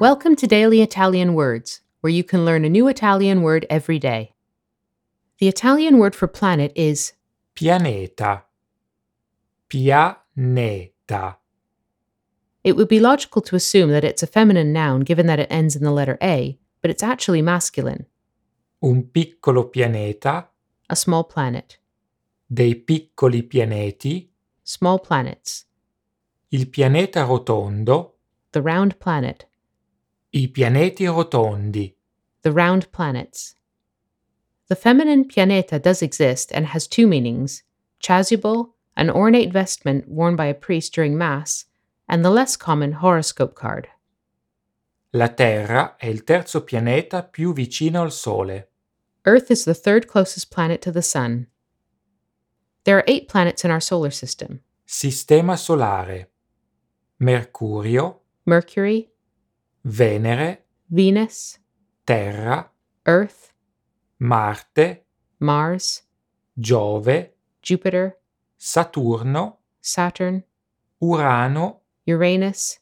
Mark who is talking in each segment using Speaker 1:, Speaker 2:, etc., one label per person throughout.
Speaker 1: Welcome to Daily Italian Words, where you can learn a new Italian word every day. The Italian word for planet is
Speaker 2: Pianeta. Pianeta.
Speaker 1: It would be logical to assume that it's a feminine noun given that it ends in the letter A, but it's actually masculine,
Speaker 2: Un piccolo pianeta,
Speaker 1: a small planet,
Speaker 2: dei piccoli pianeti,
Speaker 1: small planets,
Speaker 2: il pianeta rotondo,
Speaker 1: the round planet,
Speaker 2: i pianeti rotondi.
Speaker 1: the round planets. The feminine pianeta does exist and has two meanings chasuble, an ornate vestment worn by a priest during Mass, and the less common horoscope card.
Speaker 2: La Terra è il terzo pianeta più vicino al Sole.
Speaker 1: Earth is the third closest planet to the Sun. There are eight planets in our solar system
Speaker 2: Sistema solare. Mercurio,
Speaker 1: Mercury,
Speaker 2: Venere,
Speaker 1: Venus,
Speaker 2: Terra,
Speaker 1: Earth,
Speaker 2: Marte,
Speaker 1: Mars,
Speaker 2: Giove,
Speaker 1: Jupiter,
Speaker 2: Saturno,
Speaker 1: Saturn,
Speaker 2: Urano,
Speaker 1: Uranus,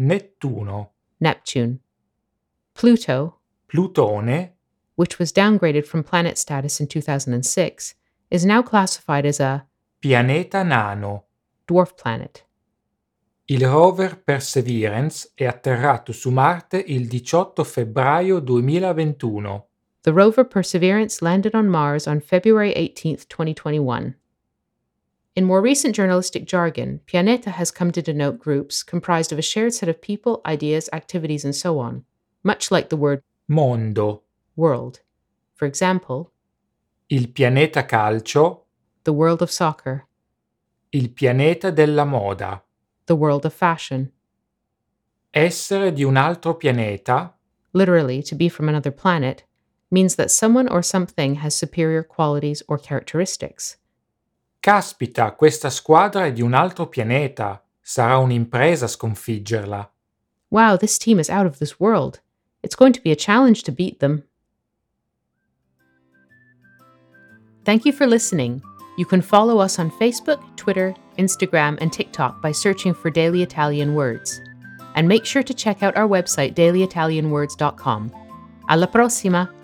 Speaker 2: Nettuno,
Speaker 1: Neptune. Pluto,
Speaker 2: Plutone,
Speaker 1: which was downgraded from planet status in 2006, is now classified as a
Speaker 2: pianeta nano.
Speaker 1: dwarf planet.
Speaker 2: Il rover Perseverance è atterrato su Marte il 18 febbraio 2021.
Speaker 1: The rover Perseverance landed on Mars on February 18, 2021. In more recent journalistic jargon, pianeta has come to denote groups comprised of a shared set of people, ideas, activities, and so on, much like the word
Speaker 2: Mondo,
Speaker 1: world. For example,
Speaker 2: il pianeta calcio,
Speaker 1: the world of soccer,
Speaker 2: il pianeta della moda.
Speaker 1: the world of fashion,
Speaker 2: Essere di un altro pianeta,
Speaker 1: literally to be from another planet, means that someone or something has superior qualities or characteristics.
Speaker 2: caspita, questa squadra è di un altro pianeta. Sarà un'impresa sconfiggerla.
Speaker 1: Wow, this team is out of this world. It's going to be a challenge to beat them. Thank you for listening. You can follow us on Facebook, Twitter, Instagram, and TikTok by searching for Daily Italian Words. And make sure to check out our website, dailyitalianwords.com. Alla prossima!